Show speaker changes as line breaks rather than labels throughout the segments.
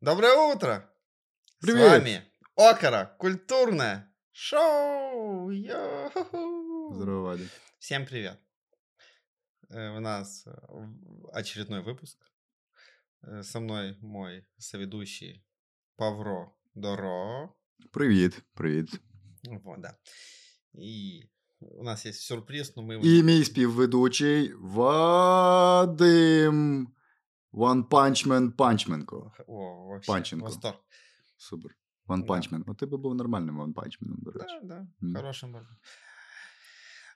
Доброе утро!
Привет.
С вами Окара, культурное шоу! Йо-хо-хо.
Здорово, Вадя.
Всем привет! Э, У нас э, в- очередной выпуск. Э, Со мной мой соведущий Павро Доро.
Привет, привет.
Вот, да. И у нас есть сюрприз, но мы его... не-
І мій співведучий Вадим One Punch Man Панчменко.
О, вообще,
Панченко.
Восторг.
Супер. One
Да.
Punch Man. От ти би був нормальним One Punch Man, до речі.
Да, да,
Мгм.
хорошим можно.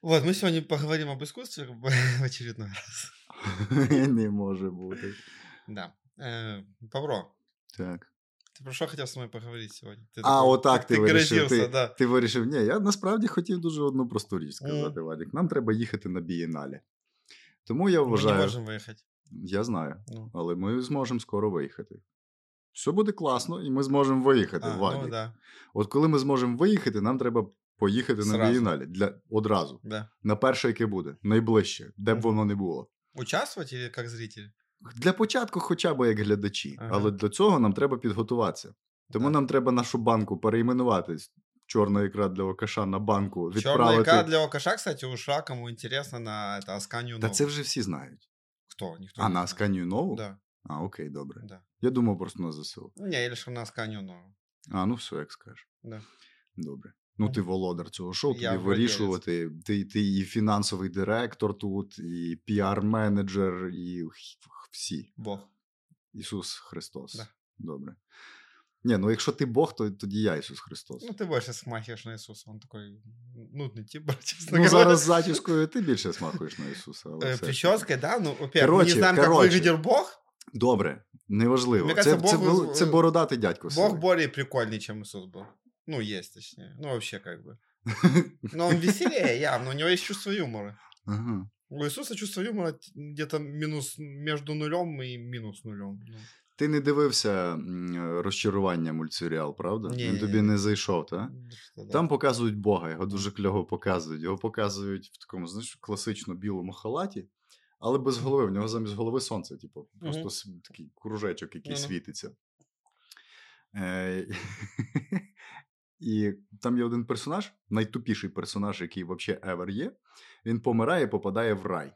Вот, мы сегодня поговорим об искусстве в очередной раз.
Не може бути.
Да. Э, Павро,
Так.
ты про что хотел со мной поговорить сегодня? Ты
А, отак ти
ты
вирішив.
грозился,
Ти,
да.
ти вирішив. Ні, я насправді хотів дуже одну просту річ
Мгм.
сказати, Вадик. Нам треба їхати на бієналі. Тому я
Мы не
вважаю,
можем выехать.
я знаю,
Ну,
але ми зможемо скоро виїхати. Все буде класно, і ми зможемо виїхати,
а,
Вадик.
ну да,
От коли ми зможемо виїхати, нам треба поїхати на
Зразу.
бієналі для одразу.
да.
На перше, яке буде, найближче, де б
Мгм.
воно не було.
Участвовать или как зритель?
Для початку, хоча б як глядачі,
Ага.
але до цього нам треба підготуватися. Тому
Да.
нам треба нашу банку перейменувати з чорна ікра для окаша на банку
Черная
відправити.
икра для ОКШ, кстати, ушла, кому интересно, на это Асканию
Та
Нову.
це вже всі знають.
Кто? Никто не
А на
знает.
Асканію нову?
Да,
А, окей, добре.
да. Ну,
Я думав просто на ЗСУ.
Не, или что на Асканию Нову.
А, ну все, як скажеш.
Да.
Добре. Ну, ти володар цього шоу,
Я
тобі
владелець.
вирішувати. Ти, ти і фінансовий директор тут, і піар-менеджер, і х- х- всі.
Бог.
Ісус Христос.
Да.
Добре. Ні, ну якщо ти Бог, то тоді я Ісус Христос.
Ну, ты больше смахиваешь на Иисуса. Он такой нудный тип, честно
Ну,
говоря.
зараз з зачіскою ти більше смакуєш на Ісуса. Але
Э,
все.
Прической, да? Ну, во-первых,
Короче,
мы не знаем,
короче.
как выглядел Бог.
Добре, неважливо.
Мені
Це, це,
кажеться, Бог
вел-
виз-
це бородатий дядько.
Бог
сивий.
более прикольный, чем Иисус был. Ну, есть, точнее. Ну, вообще, как бы. Но он веселее явно, у него есть чувство юмора.
Ага.
У Иисуса чувство юмора т- где-то минус между нулем и минус нулем. Ну,
Ти не дивився м, е, розчарування мультсеріал, правда?
Ні, ні,
Він тобі
ні.
не зайшов, так?
что да.
А? Там показують Бога, його дуже кльово показують. Його показують в такому, знаєш, класично білому халаті, але без голови. В нього замість голови сонце, типу, просто
Мгм.
с- такий кружечок, який
Ну-ну.
світиться. Е, І там є один персонаж, найтупіший персонаж, який взагалі ever є. Він помирає і попадає в рай.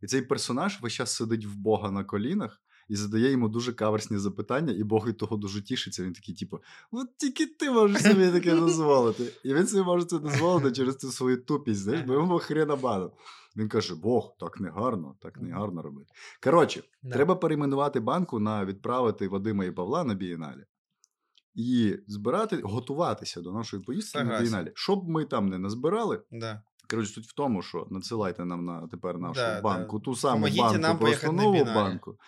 І цей персонаж весь час сидить в Бога на колінах і задає йому дуже каверсні запитання, і Бог від того дуже тішиться. Він такий, типу, от тільки ти можеш собі таке дозволити. І він собі може це дозволити через цю свою тупість, знаєш, бо йому хрена бану. Він каже: Бог, так не гарно, так не гарно робити. Коротше,
Да.
треба перейменувати банку на відправити Вадима і Павла на бієналі. І збирати, готуватися до нашої поїздки на
Согласен.
бієналі. Щоб ми там не назбирали,
Да.
Коротше, суть в тому, що надсилайте нам на тепер нашу
Да, да.
банку, ту саму
Помогіть
банку,
нам
просто
поїхати на
нову
Бієнале.
банку.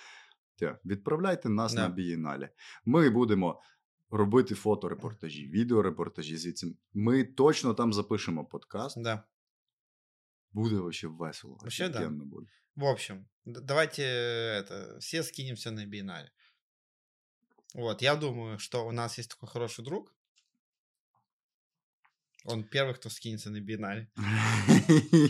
Тя, відправляйте нас на
Да.
бієналі. Ми будемо робити фоторепортажі, відеорепортажі звідси. Ми точно там запишемо подкаст.
Да.
Буде вообще весело.
Вообще да.
офігенно буде.
В общем, д- давайте э, это, все скинемся на биеннале. Вот, я думаю, что у нас есть такой хороший друг. Он первый, кто скинется на биеннале.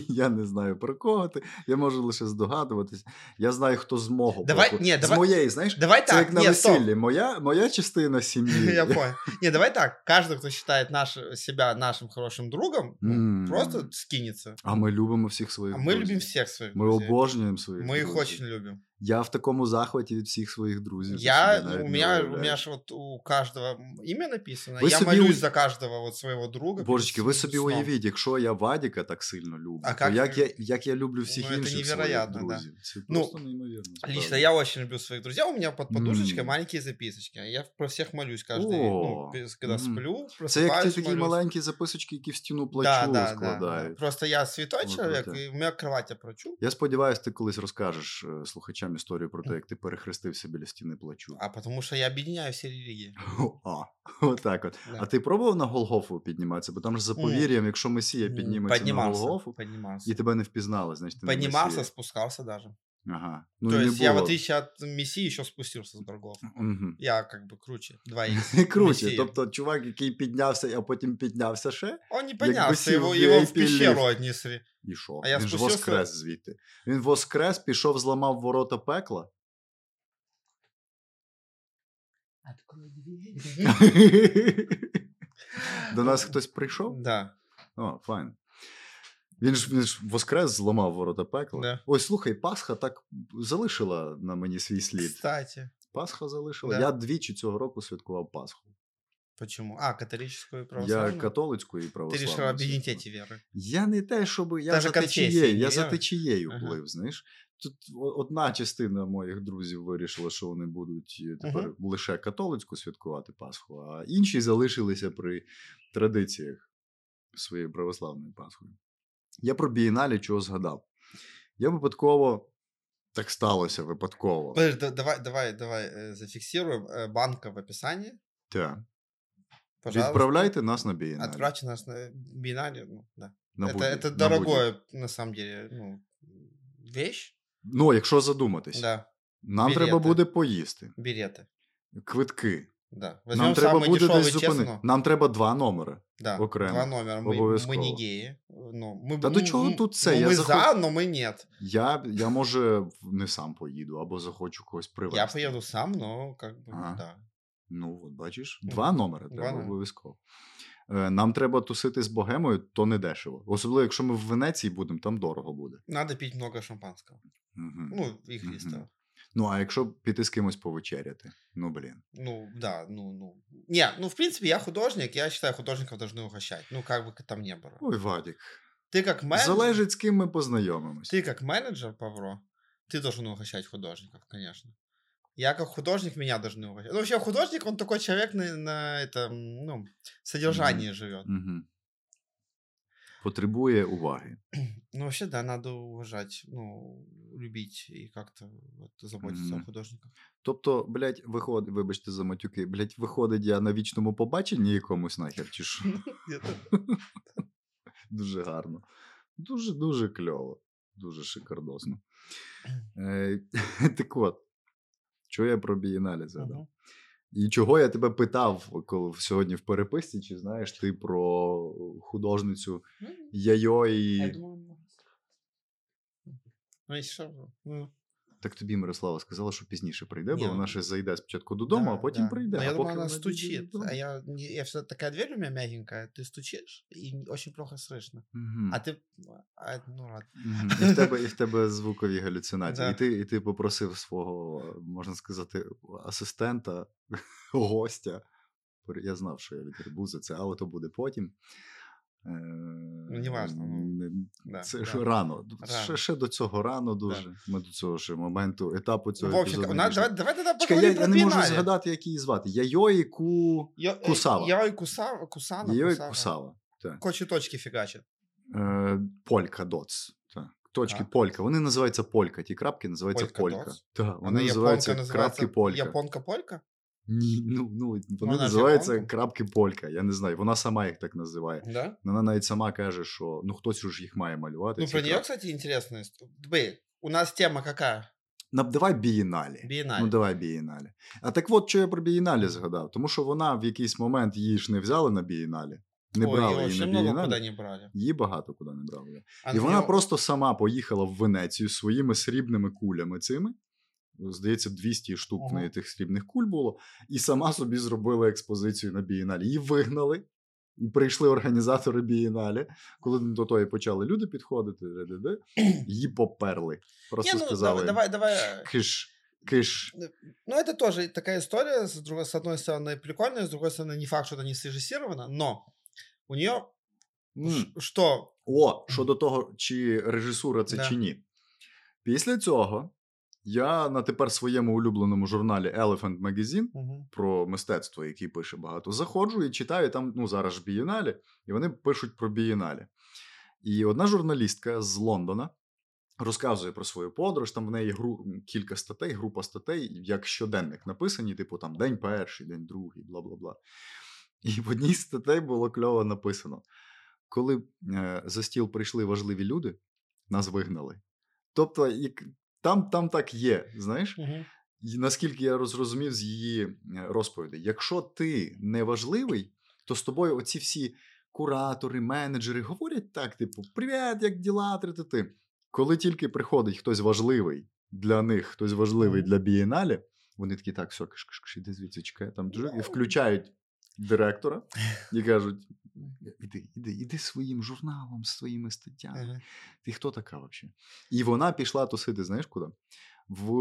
Я не знаю про кого ти. Я можу лише здогадуватись. Я знаю, хто з мого
Давай-
боку.
ні,
з
давай-
моєї, знаєш,
Давай
це
так,
як на
не, стоп.
весіллі. Моя, моя частина сім'ї.
Я понял. Не, давай так. Каждый, кто считает наш, себя нашим хорошим другом, ну,
М.
просто скинется.
А ми любимо всіх своїх.
А мы
друзів.
любим всех своих
Ми
друзей.
обожнюємо своїх.
Мы их
друзів.
очень любим.
Я в такому захваті від всіх своїх друзів. що
Я,
собі навіть
у
не
меня, у
уявляю.
меня ж вот у каждого имя написано.
Вы
я
себе
молюсь
у-
за каждого вот своего друга.
Божечки, ви собі
сном.
уявіть, якщо я Вадіка так сильно люблю,
А
то
як
як
ви-
я, як я люблю всіх
Ну, це
інших своїх
невероятно, да.
друзів. Це
Ну,
просто неймовірно.
Лично
справді.
я очень люблю своих друзей. У меня под подушечкой
М.
маленькие записочки. Я про всех молюсь каждый,
О,
ну, пес- когда
мгм.
сплю,
Це як ті
просыпаюсь,
такі
молюсь.
маленькі записочки, які в стіну плачу
Да, да, да, да.
складають.
Просто я святой
Вот
человек,
круто.
и у меня кровать я прочу,
Я сподіваюся, ти колись розкажеш е, слухачам історію про те, як ти перехрестився біля стіни плачу.
а потому что я объединяю все религии.
А, отак от.
Да.
А ти пробував на Голгофу підніматися? Бо там ж за
Ні.
повір'ям, якщо Месія
М,
підніметься на Голгофу,
поднимался.
і тебе не впізнали, значить ти не
Поднимался,
Месія.
спускался даже.
Ага. Ну,
То
і не
есть я в
було.
отличие от Мессии еще спустился с Голгофы.
Мгм.
Я как бы круче, 2
І Круче.
Месія.
Тобто, чувак, який піднявся, а потім піднявся ще.
Он не
гусей
поднялся,
в
его, его в
VIP лифт.
пещеру отнесли.
І що?
А я
Він ж
спустився-
воскрес звідти. Він воскрес, пішов, зламав ворота пекла.
открой дверь.
До нас хтось прийшов?
Да.
О, файн. Він ж, він ж воскрес зламав ворота пекла.
Да.
Ой, слухай, Пасха так залишила на мені свій слід.
Кстати.
Пасха залишила.
Да.
Я двічі цього року святкував Пасху.
Почему? А, католическую и
Я
православную?
католицьку і
Ты
православну.
решил объединить
святкував.
эти веры.
Я не те, щоб я
Та
за
ж конфесії,
течією, я
ні?
за течією
Ага.
плив, знаєш. Тут о- одна частина моїх друзів вирішила, що вони будуть е, тепер лише католицьку святкувати Пасху, а інші залишилися при традиціях своєї православної Пасхи. Я про бієналі чого згадав. Я випадково так сталося випадково.
Подожди, да- давай, давай, давай э, зафиксируем. Э, Банка в описании.
Так.
Пожалуйста.
Відправляйте нас на бієналь.
Отправьте нас на бинале. Ну, да.
На
это,
будні,
это
на будні.
дорогое, на самом деле, ну, вещь.
Ну, якщо задуматись,
Да,
нам
білети.
треба буде поїсти.
билеты.
Квитки.
Да.
Нам
Возьмем
треба
самые
буде
дешевые,
десь
честно.
зупинити. Нам треба два номери.
Да,
окремо,
два номера. Мы,
обов'язково.
мы не геї. Ну, ми,
Та
ми-
до чого
ми-
тут це?
ну,
Я
ми
захоч-
за, но ми нет.
Я, я може не сам поїду або захочу когось привезти.
Я поеду сам, но как бы,
Ага.
да.
Ну, от бачиш,
Мгм.
два номери
Два
треба
номери.
обов'язково. Е, Нам треба тусити з богемою, то не дешево. Особливо, якщо ми в Венеції будемо, там дорого буде.
Надо пить много шампанского.
Мгм. Ну,
Ну, их
Мгм.
листов.
а якщо піти з кимось повечеряти? Ну блін.
Ну, да, ну, ну. Не, ну, в принципе, я художник, я считаю, художников должны угощать. Ну, как бы там не было.
Ой, Вадік.
Ты как менеджер,
Залежить, з ким ми познайомимось.
ты как менеджер, Павро, ты должен угощать художников, конечно. Я как художник, меня должны угощать. Ну, вообще, художник, он такой человек на, на этом, ну, содержании живет.
Угу. Потребує уваги.
Ну, вообще, да, надо уважать, ну, любить и как-то вот, заботиться
Мгм.
о художниках.
Тобто, блядь, виходить, вибачте за матюки, блядь, виходить я на вічному побаченні якомусь нахер, чи що?
Это-
Дуже гарно. Дуже дуже кльово. Дуже шикардосно. Е, так от, що я про бієналі згадав?
Мгм.
І чого я тебе питав, коли в- сьогодні в переписці, чи знаєш ти про художницю
М, Ну, Я
Яйої.
думаю, можно.
Ну, если что, ну,
Так тобі Мирослава сказала, що пізніше прийде, бо
Ні,
вона
ну,
ще зайде спочатку додому, а
Да,
потім
да.
прийде.
Но я
а
думаю,
поки
она
вона дійде
стучит.
додому-
А я, не, я всегда такая дверь у меня мягенькая, ты стучишь, и н- очень плохо слышно.
Мгм.
А ты... а, ну ладно.
Мгм. І в тебе, і в тебе звукові галюцинації.
Да.
І, ти, і ти попросив свого, можна сказати, асистента, гостя. Пер- Я знав, що я відгребу за це, але то буде потім. Ну,
неважно, ну, Да,
Це
да.
ж рано. Ще,
Рано.
ще до цього рано дуже. Ми до цього ще моменту, етапу
Ну,
цього.
в общем,
епізоду
у нас-
дійшли.
давай, давай тогда
Чекай, я,
поговорим
я
про
не можу
биеннале.
згадати, як її звати. Яйої Ку...
Йо- э,
Кусава.
Йой Кусава, Кусана,
Яйої
Кусава.
Кусава. Так.
Кочі точки фігачить.
Е, Полька Доц. Так. Точки
Так.
Полька. Вони називаються Полька. Ті крапки називаються
Полька Ну,
Полька.
Dots?
Так, вони
Вона
називаються
японка називається
крапки Полька.
Японка-полька?
Ні, ну, ну, вони
Вона ж
називаються
японка.
крапки Полька. Я не знаю. Вона сама їх так називає.
Да?
Вона навіть сама каже, що ну хтось уж їх має малювати.
Ну,
ці
про нее,
крапки.
кстати, интересная история. Блин, у нас тема какая?
Нап- давай бієналі.
Биеннале.
Ну, давай бієналі. А так от, що я про бієналі згадав, тому що вона в якийсь момент її ж не взяли на бієналі. Не
Ой,
брали
её
її
вообще
на
много куда
бієналі.
не брали.
Її багато куди не брали.
А ну,
І
на
вона
неё-
просто сама поїхала в Венецію з своїми срібними кулями цими. Здається, 200 штук в
Ага.
неї тих срібних куль було, і сама собі зробила експозицію на бієналі. Її вигнали, і прийшли організатори бієналі. Коли до тої почали люди підходити, де-де-де, її поперли. Просто
Не, ну,
сказали:
давай,
їм,
давай, е, давай.
киш, киш.
Ну, это тоже такая история, с, другой, с одной стороны, прикольная, с другой стороны, не факт, что это не срежиссировано, но у нее
М.
что?
О, щодо того, чи режисура це
Да.
чи ні. Після цього я на тепер своєму улюбленому журналі Elephant Magazine про мистецтво, який пише багато, заходжу і читаю там, ну зараз ж бієналі, і вони пишуть про бієналі. І одна журналістка з Лондона розказує про свою подорож. Там в неї гру... кілька статей, група статей, як щоденник написані, типу там день перший, день другий, бла бла бла. І в одній з статей було кльово написано: коли е, за стіл прийшли важливі люди, нас вигнали. Тобто, як... там, там так є, знаєш? І наскільки я розрозумів з її е, розповіді, якщо ти не важливий, то з тобою оці всі куратори, менеджери говорять так: типу, привіт, як діла, ти. Коли тільки приходить хтось важливий для них, хтось важливий
Мгм.
для бієналі, Вони такі, так, все, кш, кш, кш, іди звідси, чекай там дуже. І включають директора і кажуть: "Е, іди, іди, іди своїм журналом, своїми статтями.
Ага.
Ти хто така взагалі? І вона пішла тусити, знаєш куди? В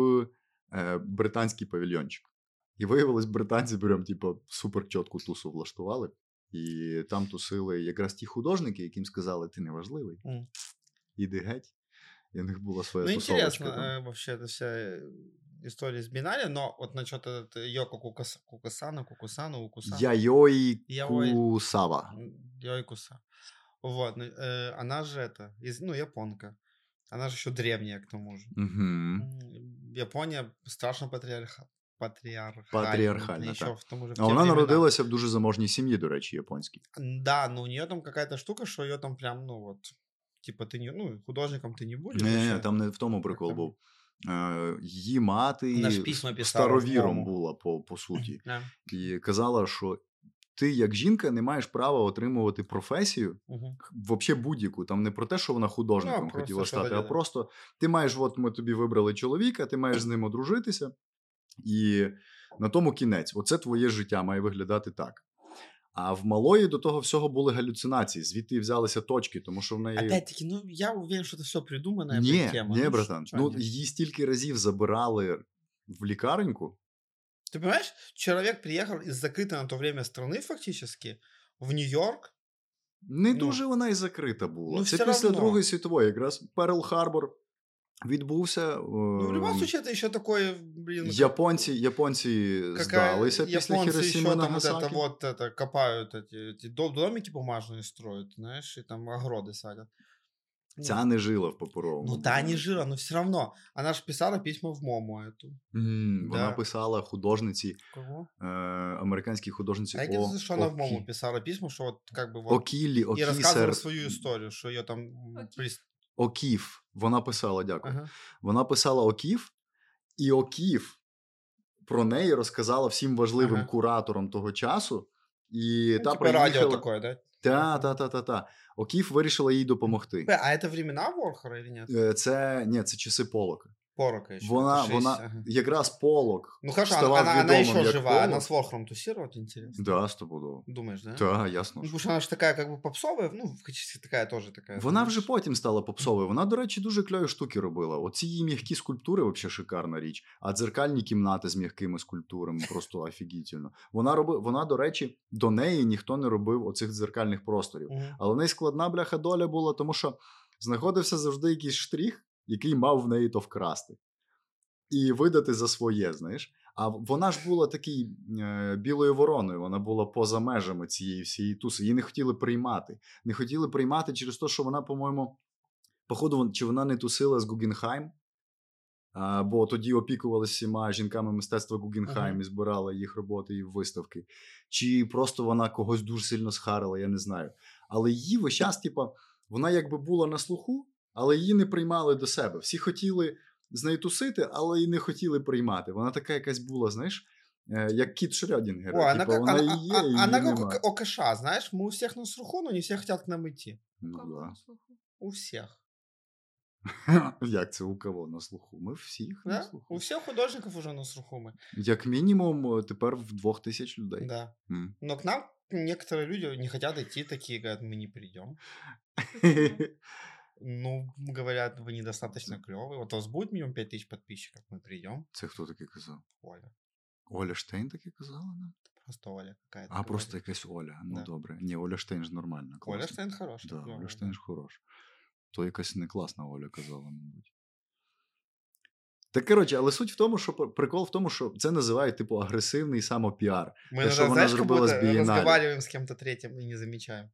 е, британський павільйончик. І виявилось, британці прям, типу, супер чітку тусу влаштували. І там тусили якраз ті художники, яким сказали, ти неважливий,
Мгм.
іди геть. І в них була своя
Ну,
тусовочка.
интересно,
там.
э, вообще, эта вся э, история с Бинаре, но вот насчет этот Йоко Кукаса- Кукасана, Кукусана, Укусана.
Яйой
Яой.
Кусава.
М, Йойкуса. Вот, ну, э, она же это, из, ну, японка. Она же еще древняя, к тому же.
Угу.
М, Япония страшно патриарха... патриархальна.
Патриархальна,
еще
так.
в тому же в
А
те
вона
времена.
народилася в дуже заможній сім'ї, до речі, японській.
Да, но у нее там какая-то штука, что ее там прям, ну вот, типа ты не, ну, художником ты не будешь.
Ні,
вообще.
там не в тому прикол
там?
був. Е, Її
Вона
мати
ж письма писала
старовіром
знову.
була по, по суті.
Да.
І казала, що ти, як жінка, не маєш права отримувати професію
Мгм.
взагалі будь-яку. Там не про те, що вона художником
Ну, а
хотіла
просто що
стати, а
далі, да.
просто ти маєш, от ми тобі вибрали чоловіка, ти маєш з ним одружитися, і на тому кінець. Оце твоє життя має виглядати так. А в малої до того всього були галюцинації, звідти і взялися точки, тому що в неї.
Опять-таки, ну, я уверен, что это все придуманная блин,
Ні,
тема.
ні,
Ну,
братан.
чё
Ну
они?
її стільки разів забирали в лікареньку.
Ты понимаешь, человек приехал из закрытой на то время страны фактически в Нью-Йорк.
Не
Ну.
дуже вона і закрита була.
Ну,
Це
все
після
равно.
Другої світової, якраз Перл Харбор відбувся.
Ну, в любом
ем,
случае, это еще такое, блин... как-
Японці, японці
какая-
здалися після
японцы ещё
Хіросіми
там вот
Нагасакі.
это вот это копают эти, эти до- домики бумажные строят, знаешь, и там огороды садят. Ну,
Ця не жила в паперовому.
Ну да, не жила, но все равно. Она же писала письма в Мому эту.
М, Вона
Да.
писала художниці,
Кого?
е, американській художниці
А я
О-
говорю, что она в Мому
Окі-
писала письма, что вот как бы вот...
Окіллі,
И рассказывала
Окісер,
свою историю, что ее там... м,
Окей.
прис-
Оків. Вона писала, дякую.
Ага.
Вона писала Оків, і Оків про неї розказала всім важливим
Ага.
кураторам того часу. І
Ну,
та
типа радио
приїхала.
такое, да?
Та, та, та, та, та. Оків вирішила їй допомогти.
Бля, А это времена Ворхора или нет?
Е, Це ні, це часи Полока.
Порока еще.
Вона, вона якраз полок.
Ну хорошо,
стала
она, она, она
ведомым
еще
як
жива,
повар.
она с Ворхором тусировать, интересно.
Да, стопудово.
Думаешь, да?
Та,
Ну,
ясно.
потому что она же такая как бы попсовая, ну, фактически такая тоже такая.
Вона
знаешь.
вже потім стала попсовою. Вона, до речі, дуже кльові штуки робила. Оці її м'які скульптури взагалі шикарна річ. А дзеркальні кімнати з м'якими скульптурами просто офігітельно. Вона роби... вона, до речі, до неї ніхто не робив оцих дзеркальних просторів.
Мгм.
Але в неї складна бляха доля була, тому що знаходився завжди якийсь штрих, який мав в неї то вкрасти. І видати за своє, знаєш. А вона ж була такий е, білою вороною, вона була поза межами цієї всієї туси. Її не хотіли приймати. Не хотіли приймати через те, що вона, по-моєму, походу, вон- чи вона не тусила з Гугенхайм, а, бо тоді опікувалася всіма жінками мистецтва Гугенхайм і збирала їх роботи і виставки. Чи просто вона когось дуже сильно схарила, я не знаю. Але її весь час, типа, вона якби була на слуху, але її не приймали до себе. Всі хотіли з нею тусити, але її не хотіли приймати. Вона така якась була, знаєш, е, як кіт Шрёдінгера.
О, она
Типа,
как,
вона
она,
і є,
а-
і її
она
нема.
как ОКШ, знаешь, мы у всех на слуху, но не все хотят к нам идти.
Ну,
Кого
да.
на слуху?
У всех.
Як це у кого на слуху? Ми всіх на
Да? У
слуху.
всех художников уже на слуху мы.
Як мінімум, е, тепер в двох тисяч людей.
Да.
М.
Но к нам некоторые люди не хотят идти, такие говорят, мы не придем. Типу. Ну, говорят, вы недостаточно клевые. Вот у вас будет минимум 5000 подписчиков, мы придем.
Це хто таке казав?
Оля.
Оля Штейн таке казала нам?
Просто Оля какая-то.
А, просто
говорит.
якась Оля. Ну
Да.
добре. Ні, Оля Штейн ж нормальна.
Оля
класна.
Штейн хорошая.
Да,
клёвая,
Оля Штейн ж хорош. То якась не класна Оля казала, мабуть. Так, коротше, але суть в тому, що пр- прикол в тому, що це називають типу агресивний самопіар.
Мы
Ты
иногда,
что, она
знаешь, как
зарубила с
будто
биеннале?
разговариваем с кем-то третьим и не замечаем.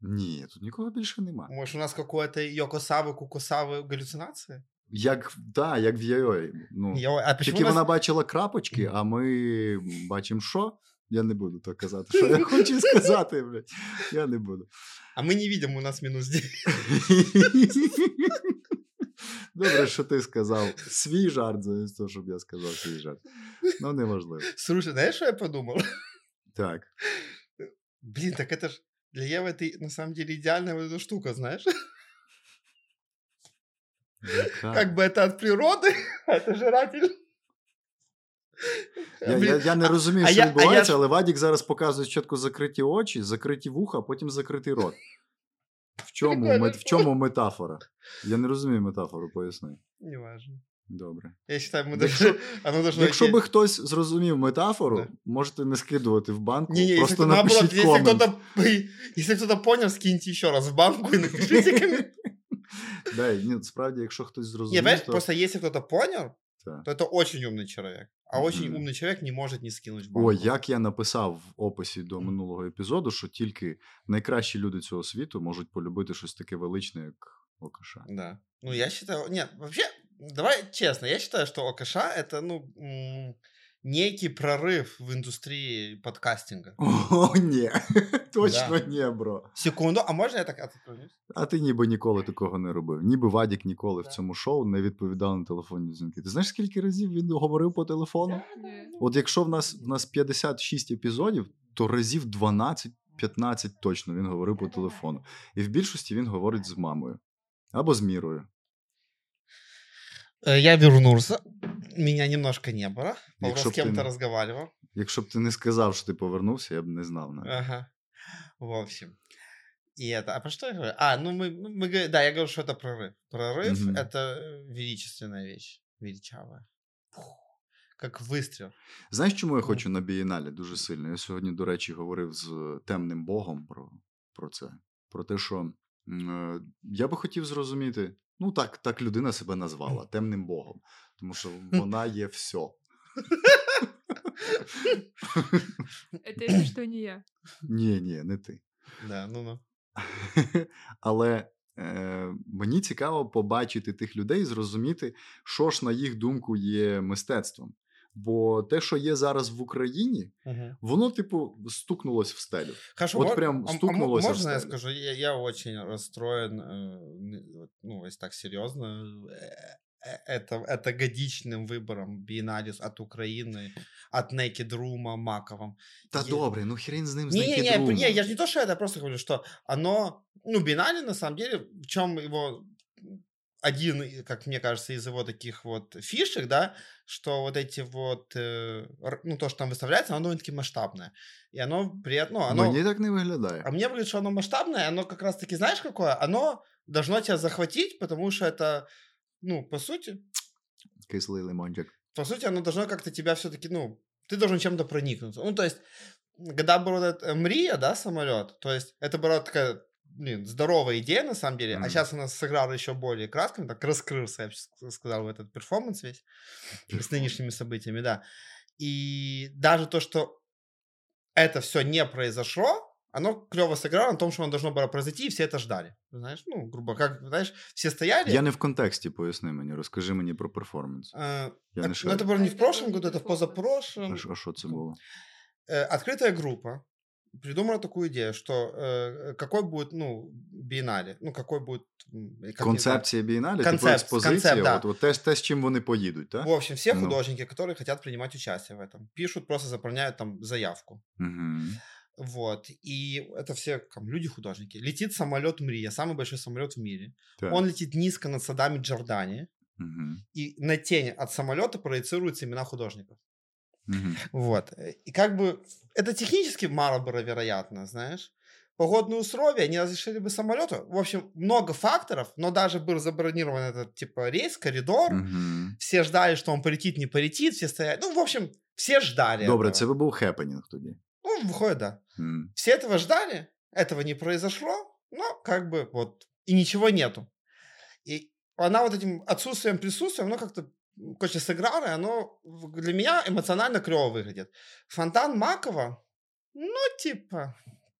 Ні, тут нікого більше нема.
Может, у нас какое-то йокосавы, кукосавы галлюцинации?
Як, в- та, як в Яйой. Ну,
Я- а почему
Тільки
у нас-
вона бачила крапочки, а ми бачимо що. Я не буду так казати, що я хочу сказати, блядь. Я не буду.
А мы не видим, у нас минус 9.
Добре, що ти сказав. Свій жарт, замість того, щоб я сказав свій жарт. Ну, неважливо.
Слушай, знаешь, что я подумал?
Так.
Блин, так это ж для Евы ты на самом деле идеальная вот эта штука, знаешь?
Яка?
а Как бы это от природы, а это жиратель.
Я, я, я не розумію,
а
що
я- а я
відбувається,
ж-
але Вадік зараз показує чітко закриті очі, закриті вуха, а потім закритий рот. В чому,
Прикольно.
мет- в чому метафора? Я не розумію метафору, поясни.
Не важно.
Добре.
Я считаю, мы
Якщо-
должны... Оно должно
Якщо
идти-
би хтось зрозумів метафору,
Да.
можете не скидувати в банку,
Не, не,
просто
если, наоборот,
напишіть
если
комент.
кто-то, если кто-то понял, скиньте еще раз в банку и напишите комментарий.
Да, і ні, справді, якщо хтось
Не,
зрозумів,
понимаешь,
то...
просто если кто-то понял,
Та.
то это очень умный человек. А очень
Мгм.
умный человек не может не скинуть в банку.
Ой, як я написав в описі до минулого епізоду, що тільки найкращі люди цього світу можуть полюбити щось таке величне, як Окаша.
Да. Ну, я считаю... Нет, вообще, давай честно, я считаю, что ОКШ — это, ну, м, некий прорыв в индустрии подкастинга.
О, ні. Точно ні, бро.
Секунду, а можно я так отклонюсь?
А ти ніби ніколи такого не робив. Ніби Вадік ніколи в
Да.
цьому шоу не відповідав на телефонні дзвінки. Ти знаєш, скільки разів він говорив по телефону? От якщо в нас в нас 56 епізодів, то разів 12-15 точно він говорив по телефону. І в більшості він говорить з мамою або з мірою.
Э, Я вернулся. Меня немножко не было. Павло
Якщо
с
б ти
кем-то
не-
разговаривал.
Якщо б ти не сказав, що ти повернувся, я б не знав. навіть.
Ага. В общем. И это... А про что я говорю? А, ну мы... ну, мы говори- да, я говорю, что это прорыв. Прорыв
Мгм.
это э, величественная вещь. Величавая. Фух. Как выстрел.
Знаєш, чому я хочу на бієналі дуже сильно? Я сьогодні, до речі, говорив з е, темним богом про, про це. Про те, що м, е, я би хотів зрозуміти, ну так, так людина себе назвала темним богом, тому що вона є все.
Это если что, не я.
Ні, ні, не ти.
Да, ну, ну-ну.
Але е, мені цікаво побачити тих людей, зрозуміти, що ж на їх думку є мистецтвом. Бо те, що є зараз в Україні,
Мгм.
воно, типу, стукнулось в стелю.
Хорошо,
Вот
мож-
прям
а- а мо-
стукнулось э, об
можно я
стену.
скажу? Я, я очень расстроен, э, н- вот, ну, если так серьезно, э, э, это, это годичным выбором Биенналис от Украины, от Naked Room Маковым.
Та
Є-
добре, ну хрін з ним
Не, не,
знайти
не,
друга.
не, я же не то, что это, я просто говорю, что оно, ну, Биеннале, на самом деле, в чем его один, и- как мне кажется, из его таких вот фишек, да, что вот эти вот, э, р- ну, то, что там выставляется, оно довольно-таки масштабное. И оно при этом, ну, оно...
Мені так не виглядає.
А мне говорит, что оно масштабное, оно как раз-таки, знаешь, какое? Оно должно тебя захватить, потому что это, ну, по сути,
Кислий лимончик.
по сути, оно должно как-то тебя все-таки, ну, ты должен чем-то проникнуться. Ну, то есть, когда был этот э, Мрия, да, самолет, то есть, это была такая, блин, здоровая идея, на самом деле,
Мгм.
а сейчас она сыграла еще более красками, так раскрылся, я бы щас сказал, в этот перформанс весь, с нынешними событиями, да. И даже то, что это все не произошло, оно клево сыграло на том, что оно должно было произойти, и все это ждали. Знаешь, ну, грубо как, знаешь, все стояли.
Я не в контексті, поясни мені, розкажи мені про перформанс.
э,
Я
Е, а-
не
ну,
шарю.
это было не
А
в
это
прошлом
был
году, это в
перформанс.
позапрошлом.
А що- А що це було?
э, открытая группа придумала такую идею, что э, какой будет, ну, биеннале, ну, какой будет... м, как не знаю.
Концепція бієналі, типу
Концепт,
експозиція,
концепт, да.
от, от те, те, з чим вони поїдуть, так?
В общем, все
Ну.
художники, которые хотят принимать участие в этом, пишут, просто заполняют там заявку.
Угу.
Вот. И это все там, люди-художники. Летит самолет Мрия, самый большой самолет в мире.
Так.
Он летит низко над садами Джордании.
Угу.
И на тень от самолета проецируются имена художников.
Угу.
Вот. Э, И как бы это технически мало было вероятно, знаешь. Погодные условия не разрешили бы самолету. В общем, много факторов, но даже был забронирован этот, типа, рейс, коридор.
Угу.
Все ждали, что он полетит, не полетит, все стояли. Ну, в общем, все ждали
Добре,
этого.
це би був хепенінг тоді.
Ну, выходит, да.
М.
Все этого ждали, этого не произошло, но как бы вот и ничего нету. И она вот этим отсутствием присутствия, оно как-то м, короче, сыграло, и оно в- для меня эмоционально клево выглядит. Фонтан Макова, ну, типа,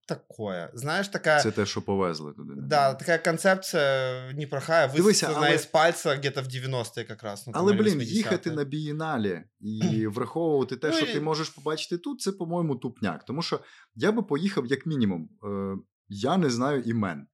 такое. Знаешь, такая...
Це те, що повезли туди.
Е. Да, такая концепция неплохая,
Дивися,
высосана
але-
из пальца где-то в 90-е как раз. ну, там,
Але,
или
блін,
80-е.
їхати на бієналі і враховувати те,
Ну,
що
і-
ти можеш побачити тут, це, по-моєму, тупняк. Тому що я би поїхав як мінімум. Е, я не знаю імен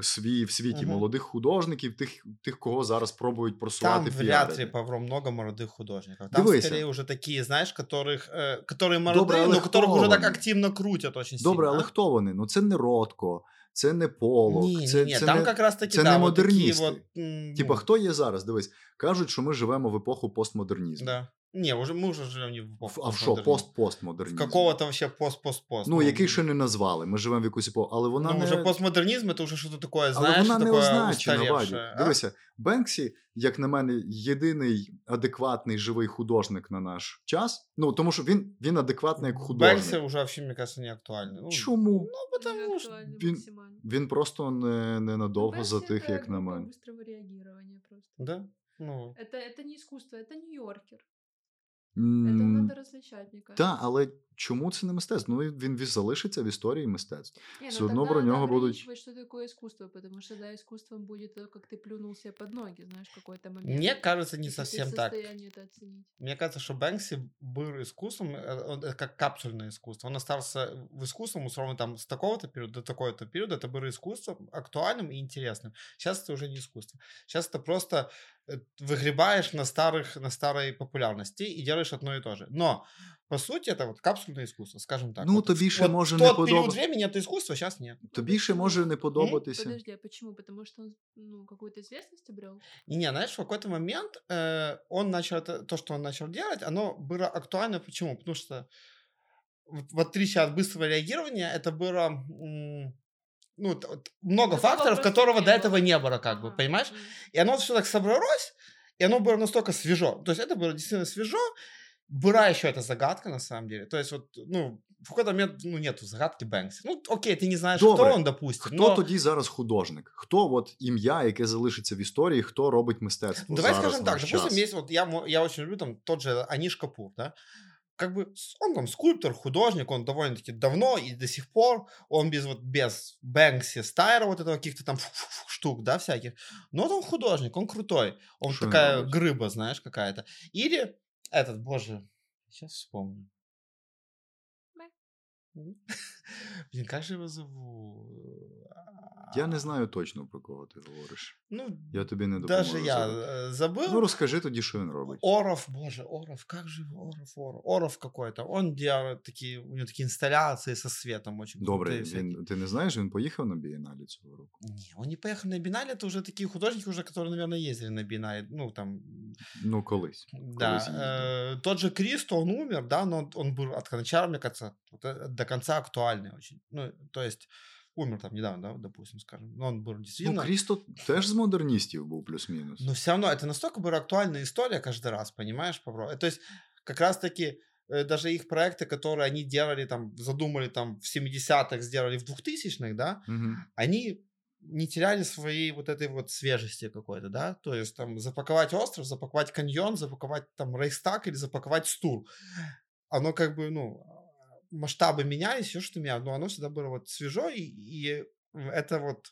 в свій, в світі
Мгм.
молодих художників, тих, тих, кого зараз пробують
Там
просувати
вряд ли,
піарити.
Павро, много молодых художников. Там
Дивися.
скорее уже такие, знаешь, которых, э, которые молодые,
але
но которых
хто
уже так
вони?
активно крутят очень
Добре,
сильно.
але хто вони? Ну це не Ротко, це не Полок,
Не,
це,
не,
це
там
не... типу,
как раз таки,
це
да,
не
вот такие
модерністи.
вот... м,
Типа,
ну,
хто є зараз? Дивись, кажуть, що ми живемо в епоху постмодернізму.
Да. Не, уже мы уже живем не в
В-
пост-
А в що?
постмодернізм. В
Пост-постмодернізм.
какого-то вообще пост-пост-пост.
Ну, який ще не назвали. Ми живемо в якусь епоху, але вона
Ну,
не...
уже постмодернізм, це вже щось таке,
Але
знаєш,
вона не
таке
означена,
устаревше,
Вадю.
а?
Дивися, Бенксі, як на мене, єдиний адекватний живий художник на наш час. Ну тому що він, він адекватний як художник.
Бэнкси уже вообще, мне кажется, не актуальный. Ну,
Чому?
ну, потому что...
він- Він просто не, ненадовго затих,
е,
як
ну,
на мене.
Быстрого реагирования просто.
Да? Ну,
Это, это не искусство, это Нью-Йоркер. Это
М,
надо различать, мне кажется.
Та, але чому це не мистецтво? Ну він він залишиться в історії мистецтва.
Не,
всё
ну
равно
тогда
про
надо
него будут-
ограничивать, что такое искусство, потому что, да, искусством будет то, как ты плюнул себе под ноги, знаешь, в какой-то момент.
мне кажется, не
Если ты в
совсем так.
состоянии это оценить.
Мне кажется, что Бэнкси был искусством, э, он- это как капсульное искусство. Он остался в искусством, условно, там, с такого-то периода до такого-то периода. Это было искусство актуальным и интересным. Сейчас это уже не искусство. Сейчас это просто э, выгребаешь на, старых, на старой популярности и делаешь одно и то же. Но, по сути, это вот капсульное искусство, скажем так.
Ну,
Вот
тобі
в-
ще
вот
може
в
не
тот период
подобатися.
времени это искусство, сейчас нет.
Тобі ще
почему?
може не подобатися.
Подожди, а почему? Потому что он, ну, какую-то известность обрел?
И не, знаешь, в какой-то момент э, он начал это, то, что он начал делать, оно было актуально. Почему? Потому что в, в отличие от быстрого реагирования, это было м, ну, т- вот много
Такого
факторов,
просто
которого
не
до
было.
этого не было, как бы,
Ага,
понимаешь?
А, м.
И оно все так собралось, и оно было настолько свежо. То есть это было действительно свежо. Была еще эта загадка, на самом деле. То есть вот, ну, в какой-то момент, ну, нету загадки Бэнкси. Ну, окей, ты не знаешь,
Добре.
кто он, допустим.
Хто
но-
тоді зараз художник? Хто от ім'я, яке залишиться в історії, хто робить мистецтво?
Ну, Давай
зараз
скажем
в
так,
наш
допустим,
час?
есть вот я, мо- я очень люблю там тот же Аниш Капур, да, как бы с- он там скульптор, художник, он довольно-таки давно и до сих пор, он без вот без Бэнкси, Стайра, вот этого каких-то там фу-фу-фу штук, да, всяких, но вот он художник, он крутой, он
Шо
такая
надо?
грыба, знаешь, какая-то. Или этот, боже, сейчас вспомню.
Мэ.
Блин, как же его зовут? А,
Я не знаю точно про кого ти говориш.
Ну,
Я тобі не допоможу.
даже я
зараз.
э, забыл.
Ну розкажи тоді, що він робить.
Оров, боже, Оров, как же его Оров, Оров, Оров какой-то. Он делал такие, у него такие инсталляции со светом очень
Добре,
крутые всякие.
він ти не знаєш, він поїхав на бієналі цього року.
Не, он не поехал на Бинале, это уже такие художники, уже, которые, наверное, ездили на Бинале, ну, там,
Ну колись.
да.
Колись
э, тот же Кристо, он умер, да, но он, он был от начала, мне кажется, вот, э, до конца актуальный очень. Ну, то есть, умер там недавно, да, допустим, скажем, но он был
Ну,
действительно...
Крісто теж з модерністів був плюс-мінус.
Но все равно это настолько была актуальная история каждый раз, понимаешь, Павро? Э, То есть как раз-таки э, даже их проекты, которые они делали, там, задумали там в 70-х, сделали в 2000-х, да,
Мгм.
они не теряли своей вот этой вот свежести какой-то, да, то есть там запаковать остров, запаковать каньон, запаковать там Рейхстаг или запаковать стул. Оно как бы, ну, масштабы менялись, все что менялось, но оно всегда было вот свежо, и, и это вот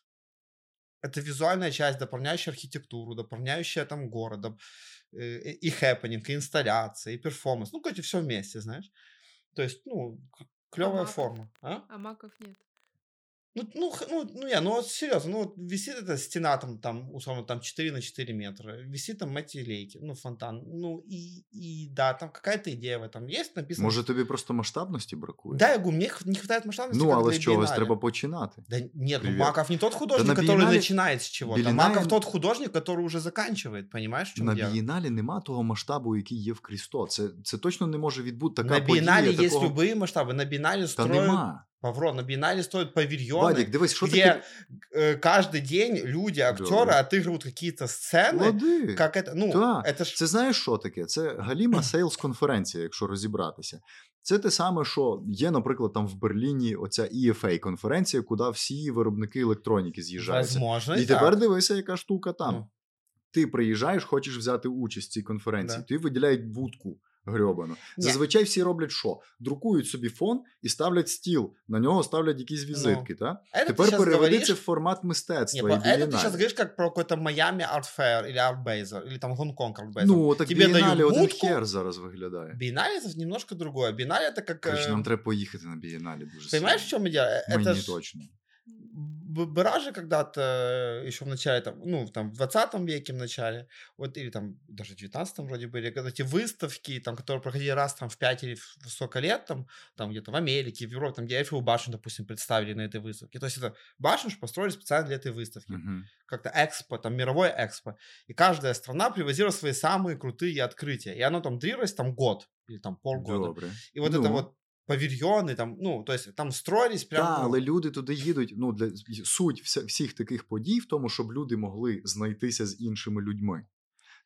это визуальная часть, дополняющая архитектуру, дополняющая там городом, э, и хэппининг, и инсталляция, и перформанс, ну, короче, все вместе, знаешь. то есть, ну, клевая
Ага.
форма. А?
А маков нет.
Ну, ну, х- ну, ну, я, ну, вот серьезно, ну, вот висит эта стена там, там, условно, там 4 на 4 метра, висит там эти лейки, ну, фонтан, ну, и, и да, там какая-то идея в этом есть, написано...
Може, тобі просто масштабності бракує?
Да, я говорю, мне х- не хватает масштабности,
ну,
как
але
для
з чогось
биеннале.
треба починати.
Да нет, ну,
Привет.
Маков не тот художник,
на
который
биеннале-
начинает с чего-то,
биеннале-
Маков тот художник, который уже заканчивает, понимаешь, в чем
На
дело?
бієналі нема того масштабу, який є в Крісто. Це, це точно не може відбути така
на
подія.
Биеннале есть
такого...
любые масштабы, на Биеннале
Та
строят...
нема.
Павро, на Биеннале строят павильоны.
Вадік, дивись, що
где
таке?
э, каждый день люди, актеры
Да.
отыгрывают какие-то сцены,
Води.
Как это? Ну,
Да,
это ж...
Це знаєш, що таке? Це Галіма Сейлс конференція, якщо розібратися. Це те саме, що є, наприклад, там в Берліні оця EFA конференція, куди всі виробники електроніки з'їжджаються.
Возможно,
І
ну, так.
тепер дивися, яка штука там.
Ну.
Ти приїжджаєш, хочеш взяти участь в цій конференції,
Да.
тобі виділяють будку. Грьобано.
Ні.
Зазвичай всі роблять що? Друкують собі фон і ставлять стіл. На нього ставлять якісь візитки. Та?
Это
Тепер
ты Ну. Е, щас
переведи
говоришь...
це в формат
Не,
мистецтва.
по- е,
і
это ты
бієнале.
сейчас говоришь как про какой-то Майами Арт Фейер или Арт Бейзер, или там Гонконг Арт Бейзер.
Ну, так
Тебе дають
бієнале один
будку.
хер зараз виглядає.
Биеннале это немножко другое. Биеннале это как...
Короче,
э,
нам треба поїхати на бієнале дуже
Понимаешь, в Е,
сильно.
чем идея? Э, Это
Мені
ж
точно.
Б- Баражи когда-то еще в начале, там, ну, там, в 20 веке в начале, вот, или там даже в 19 вроде были, когда эти выставки, там, которые проходили раз там в 5 или в в сколько лет, там, там где-то в Америке, в Европе, там, где Эйфелеву башню, допустим, представили на этой выставке. То есть это башню же построили специально для этой выставки.
Мгм.
Как-то экспо, там, мировое экспо. И каждая страна привозила свои самые крутые открытия. И оно там длилось там год или там полгода.
Добре.
И вот это
Ну.
вот павильоны, там, ну, то есть там строились прям...
Та,
ну,
але люди туди їдуть. Ну для суть вся, всіх таких подій в тому, щоб люди могли знайтися з іншими людьми.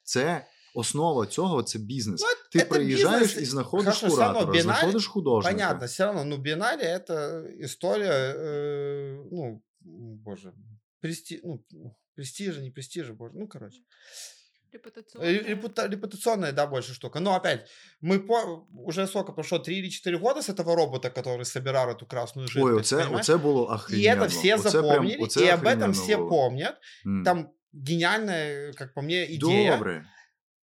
Це основа цього це бізнес.
Ну,
Ти
це
приїжджаєш
бізнес,
і знаходиш
хорошо, все одно
куратора,
біналь,
знаходиш художника.
Понятно, все равно, ну, биеннале это история, э, ну, м, боже, прести, ну, престижа, не престижа, боже, ну, короче. Э, Ре-
Репутационная.
репута- репутационная, да, больше штука. Но опять, мы по... уже сколько прошло, 3 или 4 года с этого робота, который собирал эту красную
Ой,
жидкость,
оце,
понимаешь?
оце було
И
охрененно.
это все
Оце прям-
запомнили,
оце
и об этом
охрененно
все
було.
помнят.
М.
Там гениальная, как по мне, идея.
Добре.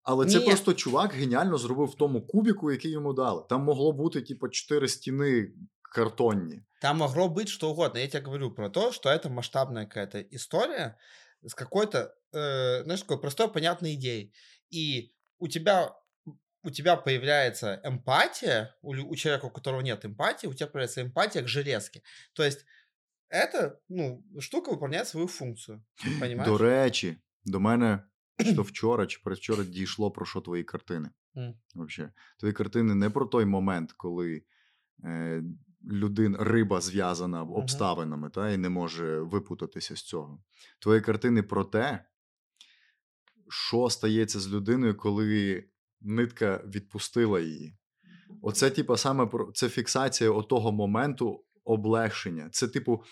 Але це
Ні.
просто чувак геніально зробив в тому кубіку, який йому дали. Там могло бути, типу, чотири стіни картонні.
Там могло быть что угодно. Я тебе говорю про то, что это масштабная какая-то история с какой-то, э, знаешь, такой простой, понятной идеей. И у тебя у тебя появляется эмпатия, у, лю- у человека, у которого нет эмпатии, у тебя появляется эмпатия к железке. То есть это, ну, штука выполняет свою функцию. Понимаешь?
До речі, до мене то вчора чи передвчора дійшло про що твої картини.
Мгм.
Вообще. Твої картини не про той момент, коли е, людина, риба зв'язана
Мгм.
обставинами та, і не може випутатися з цього. Твої картини про те, що стається з людиною, коли нитка відпустила її. Оце, типу, саме про це фіксація отого моменту облегшення. Це, типу,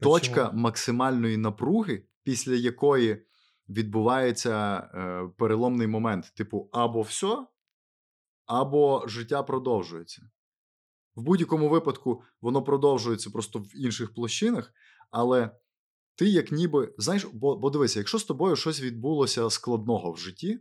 точка максимальної напруги, після якої відбувається е, переломний момент. Типу, або все, або життя продовжується. В будь-якому випадку воно продовжується просто в інших площинах, але ти як ніби знаєш, бо, бо дивися, якщо з тобою щось відбулося складного в житті,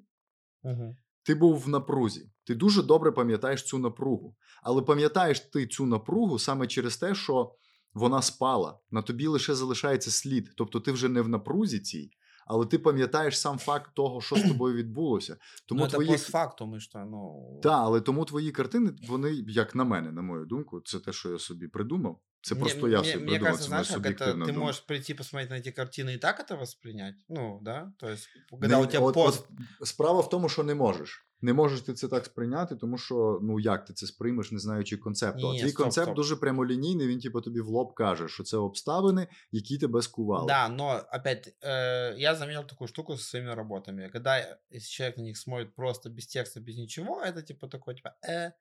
Мгм.
ти був в напрузі. Ти дуже добре пам'ятаєш цю напругу. Але пам'ятаєш ти цю напругу саме через те, що вона спала. На тобі лише залишається слід. Тобто ти вже не в напрузі цій, але ти пам'ятаєш сам факт того, що з тобою відбулося. Тому
Ну, это
твої
постфактум, и что, ну...
та, але тому твої картини, вони, як на мене, на мою думку, це те, що я собі придумав. Це
Мне-
просто я
мне-
собі
Мне
придумав.
кажется,
це моя
знаешь, как это,
суб'єктивна
ты
думка.
можешь прийти посмотреть на эти картины и так это воспринять, ну, да, то есть, когда у
Не-
тебя
от-
пост,
от справа в тому, що не можеш. Не можеш ти це так сприйняти, тому що ну як ти це сприймеш, не знаючи концепту.
Ні,
а твій
стоп,
концепт
стоп.
дуже прямолінійний. Він типу тобі в лоб каже, що це обставини, які тебе скували.
да, но опять, э, я заметил такую штуку со своими работами, когда я- если человек на них смотрит просто без текста, без ничего, это типа такое, типа, э,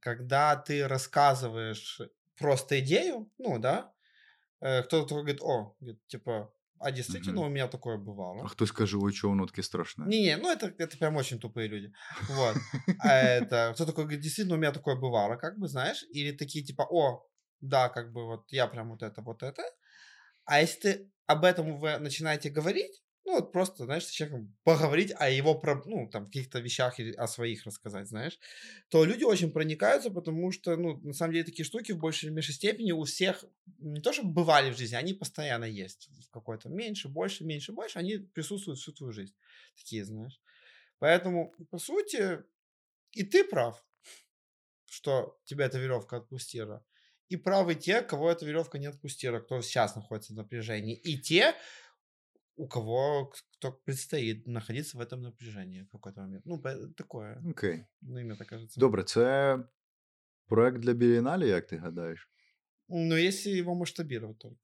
когда ты рассказываешь просто идею, ну, да, э, кто-то такой говорит, о, говорит, типа, а действительно у меня такое бывало.
А хтось каже, ой, чого воно таке страшне.
Не-не, ну это, это прям очень тупые люди. Вот. А это, кто такой, говорит, действительно, у меня такое бывало, как бы, знаешь, или такие типа, о, да, как бы вот я прям вот это, вот это. А если ты об этом вы начинаете говорить, ну, вот просто, знаешь, с человеком поговорить о его, про- ну, там, каких-то вещах или о своих рассказать, знаешь, то люди очень проникаются, потому что, ну, на самом деле, такие штуки в большей или меньшей степени у всех не то, что бывали в жизни, они постоянно есть в какой-то меньше, больше, меньше, больше, они присутствуют всю твою жизнь такие, знаешь. Поэтому, по сути, и ты прав, что тебя эта веревка отпустила. И правы те, кого эта веревка не отпустила, кто сейчас находится в напряжении. И те, у кого к- кто предстоит находиться в этом напряжении в какой-то момент. Ну, по- такое.
Окей.
Ну, имя так кажется.
Добре, це проект для Біріналі, як ти гадаєш?
Но если его масштабировать только.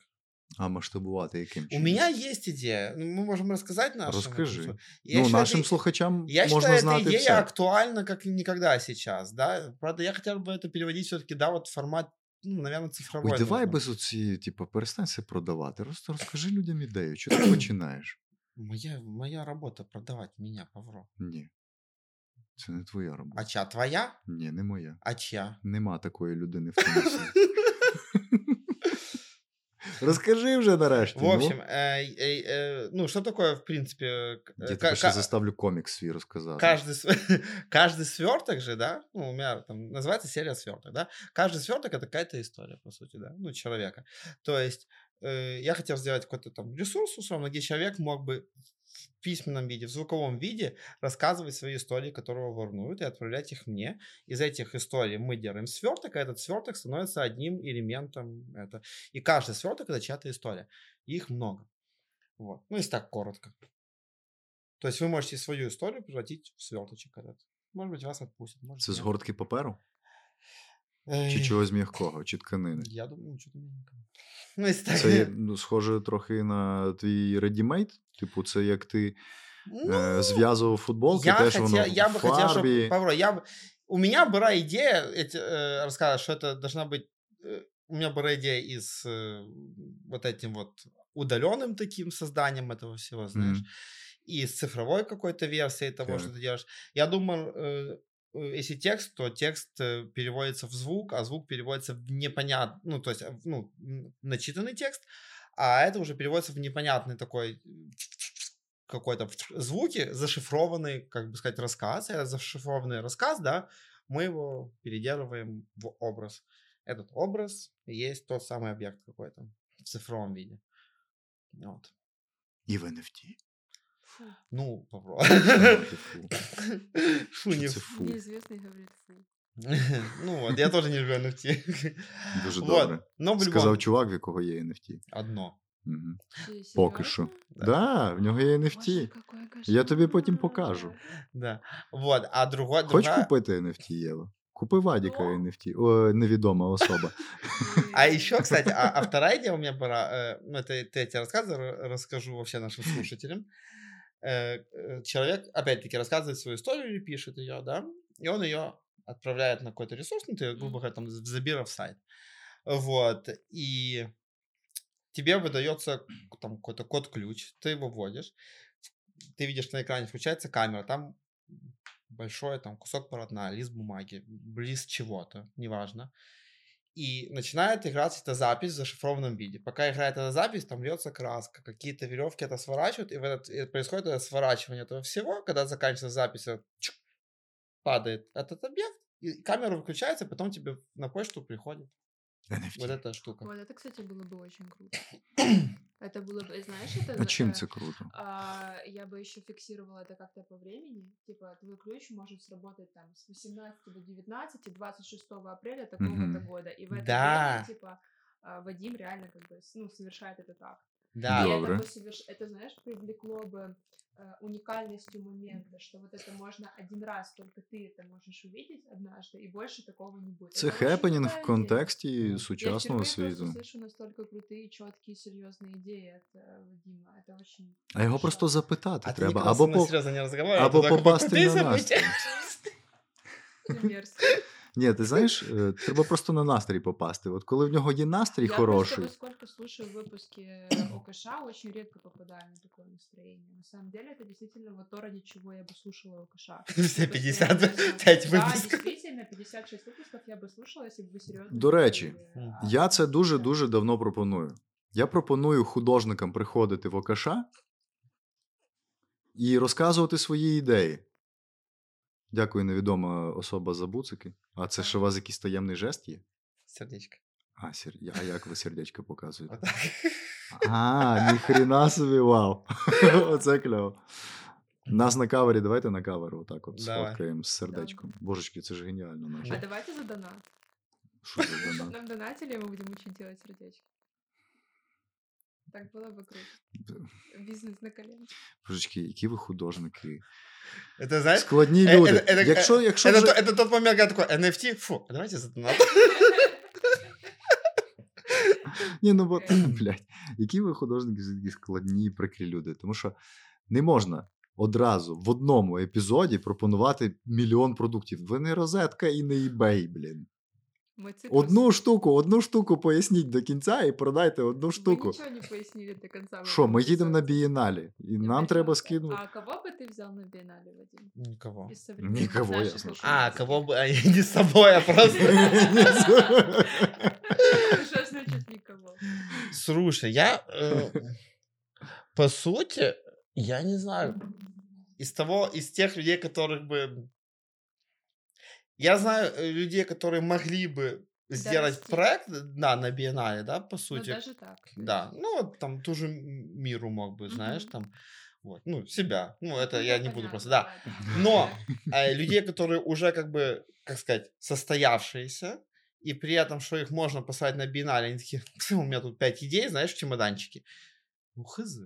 А масштабувати яким
У
чином?
меня есть идея. Ну, Мы можем рассказать нашим. это
Расскажи.
всё. Я
ну,
считаю,
нашим
это-
слухачам
Я
можна
считаю,
знати
эта идея
все.
актуальна как никогда сейчас, да. Правда, я хотел бы это переводить все-таки, да, вот в формат, ну, наверное, цифровой.
Ой, давай
нужно.
без оці, типу, перестань це продавати. Просто розкажи людям ідею, що ти починаєш.
Моя, моя работа продавать меня, Павро.
Ні. Це не твоя робота.
А чья твоя?
Ні, не моя.
А чья?
Нема такої людини в цьому світі. Розкажи вже нарешті. ну.
В общем, э, э, э, ну, что такое, в принципе, к-
ну,
э,
я
ка-
тебе ще
ка-
заставлю комікс свій розказати.
каждый, св- каждый сверток же, да, ну, у меня там называется серия сверток, да, каждый сверток это какая-то история, по сути, да, ну, человека. То есть э, я хотел сделать какой-то там ресурс, условно, где человек мог бы в письменном виде, в звуковом виде рассказывать свои истории, которые его волнуют, и отправлять их мне. Из этих историй мы делаем сверток, а этот сверток становится одним элементом. Это. И каждый сверток это чья-то история. И их много. Вот. Ну, если так коротко. То есть вы можете свою историю превратить в сверточек этот. Может быть, вас отпустят. Может,
Це
нет.
з гортки паперу? Чи
Ей,
чогось м'якого, чи тканини?
Я думаю, нічого там мягенького. Ну, если так.
Це є, ну, схоже трохи на твій редімейт. Типу, це як ти
Ну,
е, зв'язував футболки,
я,
теж
хотя-
воно
я
в
бы хотел,
фарбі.
чтобы... Павро, я... бы- У меня была идея, я те, э, рассказываю, что это должна быть... э, у меня была идея и с э, вот этим вот удаленным таким созданием этого всего, знаешь,
Мгм.
и с цифровой какой-то версией того, что
Так.
ты делаешь. Я думал, э, э, если текст, то текст э, переводится в звук, а звук переводится в непонятный, ну, то есть, э, в- ну, м, начитанный текст, а это уже переводится в непонятный такой э, какой-то звуки, зашифрованный, как бы сказать, рассказ. Это зашифрованный рассказ, да, мы его переделываем в образ. Этот образ и есть тот самый объект какой-то в цифровом виде. Вот.
І в NFT.
Фу.
Ну, попробуй.
Фу.
Фу, не
Що це
фу.
фу?
Неизвестный говорит фу.
Ну вот, я тоже не люблю NFT.
Дуже добре.
Вот. Но в любом...
Сказав чувак, в якого є NFT.
Одно.
Мгм.
Ты
Поки що.
серьёзно?
Да.
Да, в нього є
Боже,
NFT.
какой
Я тобі потім
кошмар.
покажу.
Да. Вот, а другое...
Хоч
другая-
купити NFT, Єва? Купи Вадіка
Ну.
NFT. О, невідома особа.
А еще, кстати, а, а вторая идея у меня была, э, ну, это, это я тебе рассказываю, р- расскажу вообще нашим слушателям. Э, э, человек, опять-таки, рассказывает свою историю или пишет ее, да, и он ее отправляет на какой-то ресурс, ну, ты, грубо
Мгм.
говоря, там, забирав сайт. Вот, и тебе выдается там какой-то код-ключ, ты его вводишь, ты видишь на экране, включается камера, там большой там кусок полотна, лист бумаги, лист чего-то, неважно. И начинает играться эта запись в зашифрованном виде. Пока играет эта запись, там льется краска, какие-то веревки это сворачивают, и, в этот, и происходит это сворачивание этого всего. Когда заканчивается запись, э, это чук, падает этот объект, и камера выключается, потом тебе на почту приходит вот
NFT.
эта штука.
Вот это, кстати, было бы очень круто. Это было бы, знаешь, это...
А
на-
чим
э,
це круто?
а, я бы еще фиксировала это как-то по времени. Типа, твой ключ может сработать там с 18 до 19, 26 апреля такого-то
Мгм.
года. И в это
Да.
время, типа, а, Вадим реально как бы, с- ну, совершает этот акт.
Да,
И
Да.
это,
Добре.
бы соверш- это, знаешь, привлекло бы э, уникальностью момента, что вот это можно один раз, только ты это можешь увидеть однажды, и больше такого не будет.
Це
Это очень
хепенінг в
крутая идея.
контексті
Я
сучасного
Я впервые
світу.
просто слышу настолько крутые, четкие, серьезные идеи от э, Вадима. Это очень...
А його просто
хорошо.
запитати
А ты
треба.
Николай, со
Або
мной
по...
серьезно не разговаривай.
або
а ты только
попасти
покрутись,
на
а потом-
настрій.
Это мерзко.
Ні, ти знаєш, е, треба просто на настрій попасти. От коли в нього є настрій
Я
хороший,
просто вот сколько слушаю выпуски э, ОКШ, очень редко попадаю на такое настроение. На самом деле, это действительно вот то, ради чего я бы слушала ОКШ.
Все
То есть реально,
55
Э, да,
выпусков.
действительно, 56 выпусков я бы слушала, если бы вы серьезно...
До речі,
Мгм.
я це дуже дуже давно пропоную. Я пропоную художникам приходити в ОКШ і розказувати свої ідеї. Дякую, невідома особа за буцики. А це ще у вас якийсь таємний жест є?
Сердечко.
А, сер... а як ви сердечко показуєте?
Вот так.
А, ніхрена собі, вау. Оце кльово. Нас на кавері, давайте на кавер отак от
Давай.
сфоткаємо з сердечком. Божечки, це ж геніально
А
наше.
давайте за донат.
Що за
Ну.
Чтоб
донат?
Нам донатили, мы будем учить делать сердечки. Так было бы круто. Бизнес на коленке.
Божечки, які ви художники.
Это знаешь,
Складні
Е, е,
люди.
е, е,
Якщо, якщо
это,
вже...
то- это тот момент, когда такой NFT, фу, а давайте за донат.
Ні, ну бо,
Е.
блядь, які ви художники все-таки складні і прикрі люди. Тому що не можна одразу в одному епізоді пропонувати мільйон продуктів. Ви не розетка і не eBay, блін.
Мы цитрус.
Одну штуку, одну штуку поясніть до кінця і продайте одну
Вы
штуку.
ничего не пояснили до конца. в
Що,
этом
ми їдемо на
эпизоде.
бієналі, і нам треба скинути.
А кого бы ты взял на биеннале, Вадим?
Никого.
Из современных
Никого, я
наших
слушаю.
А,
художников?
кого бы, а, я не с собой, а просто...
Что значит никого?
Слушай, я, э, по сути, я не знаю, из того, из тех людей, которых бы... Я знаю э, людей, которые могли бы сделать
Донести.
проект э, да, на биеннале, да, по
Ну,
сути.
даже так. то
Да,
есть.
ну вот там ту же м- миру мог бы, знаешь,
Мгм.
там, вот, ну, себя, ну, это
Ну,
я
да,
не буду просто, да.
понятно, ладно.
Но а, людей, которые уже, как бы, как сказать, состоявшиеся, и при этом, что их можно поставить на биеннале, они такие, «Пф, у меня тут пять идей, знаешь, в чемоданчике. Ну, хз.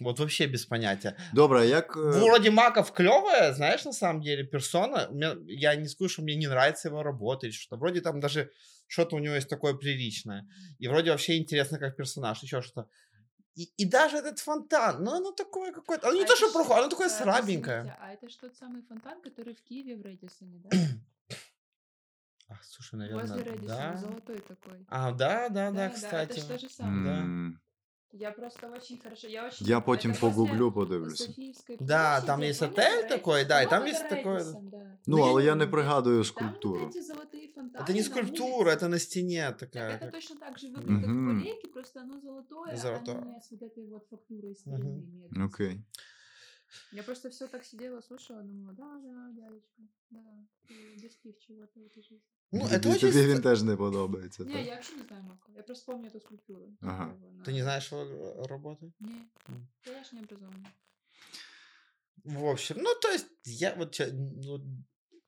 Вот вообще без понятия. Ну,
Добре, а як. е,
Вроде Маков клевая, знаешь, на самом деле, персона. У меня- я не скажу, что мне не нравится его работа или что-то. Вроде там даже что-то у него есть такое приличное. И вроде вообще интересно, как персонаж, еще что-то. И, и даже этот фонтан, ну оно такое какое-то, оно не
А
то,
это
что
ж-
плохое, оно такое
э,
слабенькое.
извините, А это что тот самый фонтан, который в Киеве в Редисоне, да?
А, слушай,
Возле
наверное,
Редисона,
да.
золотой такой.
А, да, да, да,
это
кстати.
ж то же самое.
м,
Я просто очень хорошо, я очень...
Я потім
это возле-
погуглю,
возле
подивлюся.
Софіївської
Да,
площаді,
там є
помните,
отель
Редіс-
такой, да, і там
По-моєму,
є
це
такой-
Редісон, да.
Ну,
Ну, я
але
не
я не
пам'ятаю.
пригадую
Там
скульптуру.
вот эти золотые фонтаны.
Это не
на
скульптура,
улице.
это на стене
Так
такая.
это
как-
точно так же выглядит, как
Мгм.
колейки, просто оно золотое,
Золотое.
а не с вот этой вот фактурой
Мгм.
старинной медности.
Окей.
Я просто все так сидела, слушала, думала, да, да, дядечка, да, ты достиг чего-то в этой жизни.
Ну,
Тобі-
это очень...
Тобі
ст-
він теж не подобається.
Не,
так?
я вообще не знаю Марко, я просто помню эту скульптуру. ну,
Ага.
как его она-
Ты не знаешь его э, работы?
Не,
М.
да я ж не образованная.
В общем, ну, то есть, я вот, те- ну,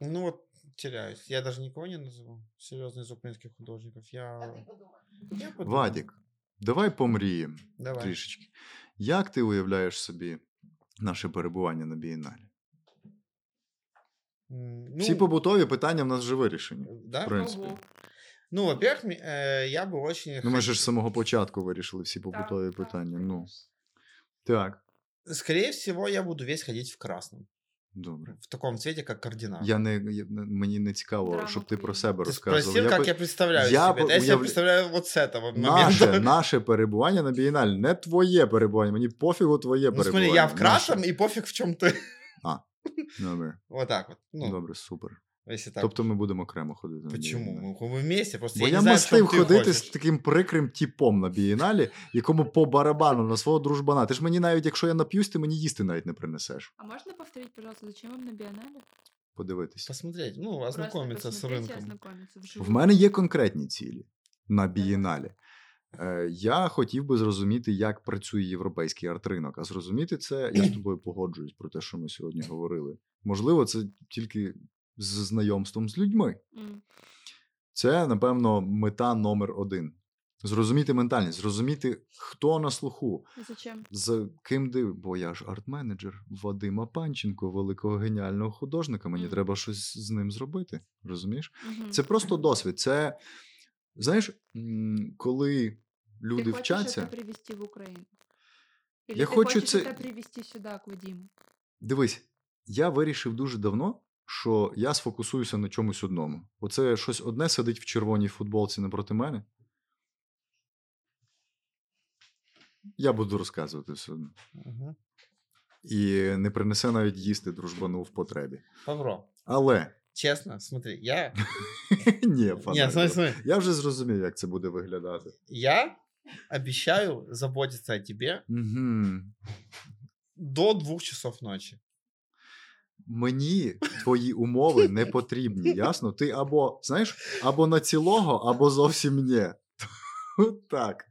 ну, вот теряюсь. Я даже никого не назову. Серьезно, из украинских художников.
А
Я...
ти подумай.
я подумаю.
Вадік, давай помріємо
Давай.
трішечки. Як ти уявляєш собі наше перебування на бієналі?
М, Ну,
Всі побутові питання в нас вже вирішені.
да?
В принципі.
Ого.
Ну, во-первых, м- э, я бы очень...
Ну, ми
хот-
ж з самого початку вирішили всі
Так,
побутові
так,
питання. Ну
конечно.
так,
Скорее всего, я буду весь ходить в красном.
добре.
В таком цвете, как кардинал.
Я не я- мені не цікаво,
Драма
щоб ти про
твоя.
себе
Ты
розказував.
спросил,
Я
как
пи-
я представляю
я
себе.
бы
Да, я себя
уявля-
представляю вот с этого момента.
Наше, наше перебування на бієналь, не твоє перебування. Мені пофігу твоє
Ну,
перебування.
смотри, я в
наше.
красном, и пофиг в чем ты.
Добре,
Вот так вот. Ну,
добре, супер.
если так.
Тобто ми будемо окремо ходити. на
Почему?
Бієналь.
Мы, мы вместе, просто
Бо
я,
я
не знаю, в
мастив
чем ты
ходити
хочешь.
з таким прикрим тіпом на бієналі, якому по барабану на свого дружбана. Ти ж мені навіть, якщо я нап'юсь, ти мені їсти навіть не принесеш.
А можно повторить, пожалуйста, зачем вам на биеннале?
Подивитись.
Посмотреть, ну,
Просто
ознакомиться с
посмотреть и
рынком.
ознакомиться вживую.
В мене є конкретні цілі на бієналі. Е, Я хотів би зрозуміти, як працює європейський арт-ринок. А зрозуміти це, я з тобою погоджуюсь про те, що ми сьогодні говорили. Можливо, це тільки з знайомством з людьми.
М.
Це, напевно, мета номер один. Зрозуміти ментальність, зрозуміти, хто на слуху,
Зачем?
з ким див, бо я ж арт-менеджер Вадима Панченко, великого геніального художника. Мені
Мгм.
треба щось з ним зробити. Розумієш?
Мгм.
Це просто досвід. Це знаєш, м, коли люди
ты хочешь
вчаться,
это привести в Украину? Или
Я
ты
хочу
хочешь
це-
это привести сюда, к Вадиму?
дивись, я вирішив дуже давно. Що я сфокусуюся на чомусь одному. Оце щось одне сидить в червоній футболці напроти мене. Я буду розказувати все одно.
Мгм.
І не принесе навіть їсти дружбану в потребі.
Павро,
Але
чесно, смотри, я...
Ні,
Нет, смотри,
фанатик.
смотри,
Я вже зрозумів, як це буде виглядати.
я обещаю заботиться о тебе
Угу.
до двух часов ночи.
Мені твої умови не потрібні, ясно? Ти або, знаєш, або на цілого, або зовсім ні. От Так.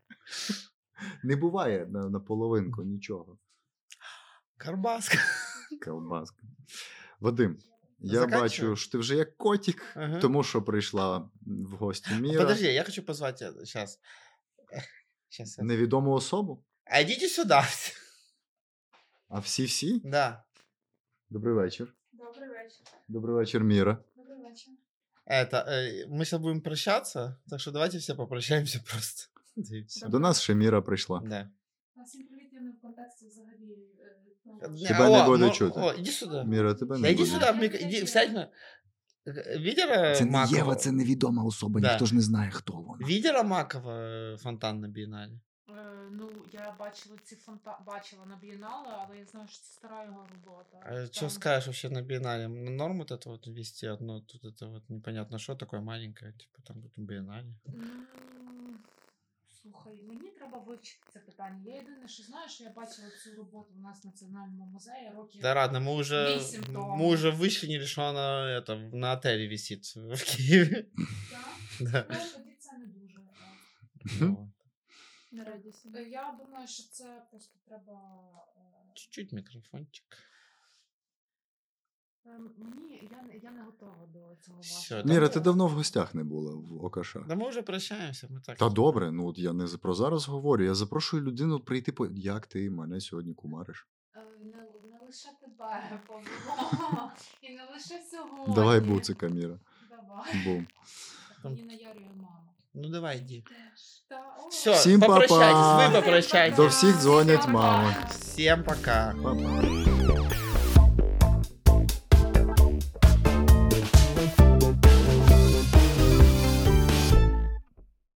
Не буває на, на половинку нічого.
Карбаска.
Колбаска. Вадим, я
Заканчуємо?
бачу, що ти вже як котик,
Ага.
тому що прийшла в гості Міра.
Подожди, я хочу позвать э, тебя сейчас. Сейчас.
Невідому особу.
А идите сюда.
А всі-всі.
Да.
Добрий вечір.
Добрый вечер.
Добрий вечір, Міра.
Добрый вечер.
Это, э, мы сейчас будем прощаться, так что давайте все попрощаемся просто. Да и всё.
До нас ще Міра прийшла.
Да.
На симпровітивному контексті взагалі. э,
Тебя не
О,
буду
ну,
чути.
О, иди сюда.
Міра, тебе
Да
не
иди
буде.
сюда, в мик- иди, сядь на... Видела Макова?
невідома особа,
Да. ніхто
ж не знає, хто вона.
Видела Макова э, фонтан на Биеннале?
Ну, я бачила ці фонта... бачила на Бієнале, але я знаю, що це стара його робота.
А что
Там-
скажешь вообще на биеннале? Н- Норм вот это вот вести одно, тут это вот непонятно что, такое маленькое, типа там будет биеннале.
М,
Слухай, мені треба вивчити це питання. Я єдине, що знаю, що я бачила цю роботу у нас в національному музеї років.
Да ладно, мы уже,
Висим дома.
мы уже вычленили, что она это, на отеле висит в Киеве.
Так?
Да.
Ну, тоді це не дуже. е,
Ну,
на радість.
Е, Я думаю, що це просто треба. е,
Чуть-чуть микрофончик.
ем, Мені я, не- я не готова до цього
Всьо,
вашого.
Міра, ти давно в гостях не була в ОКШ.
Да мы уже прощаемся, мы так.
Та добре, ну от я не за- про зараз говорю. Я запрошую людину прийти по як ти мене сьогодні кумариш.
Е, Не, не лише тебе побула. І не лише сьогодні.
Давай буцика, Міра.
Давай.
Бум.
Так, Мені наярює мама.
Ну давай, иди.
Та, о,
Все,
Всім па-па.
попрощайтесь, вы
Всім
попрощайтесь.
До всіх дзвонять
Всім
мами.
па-па.
Всем пока.
Па-па.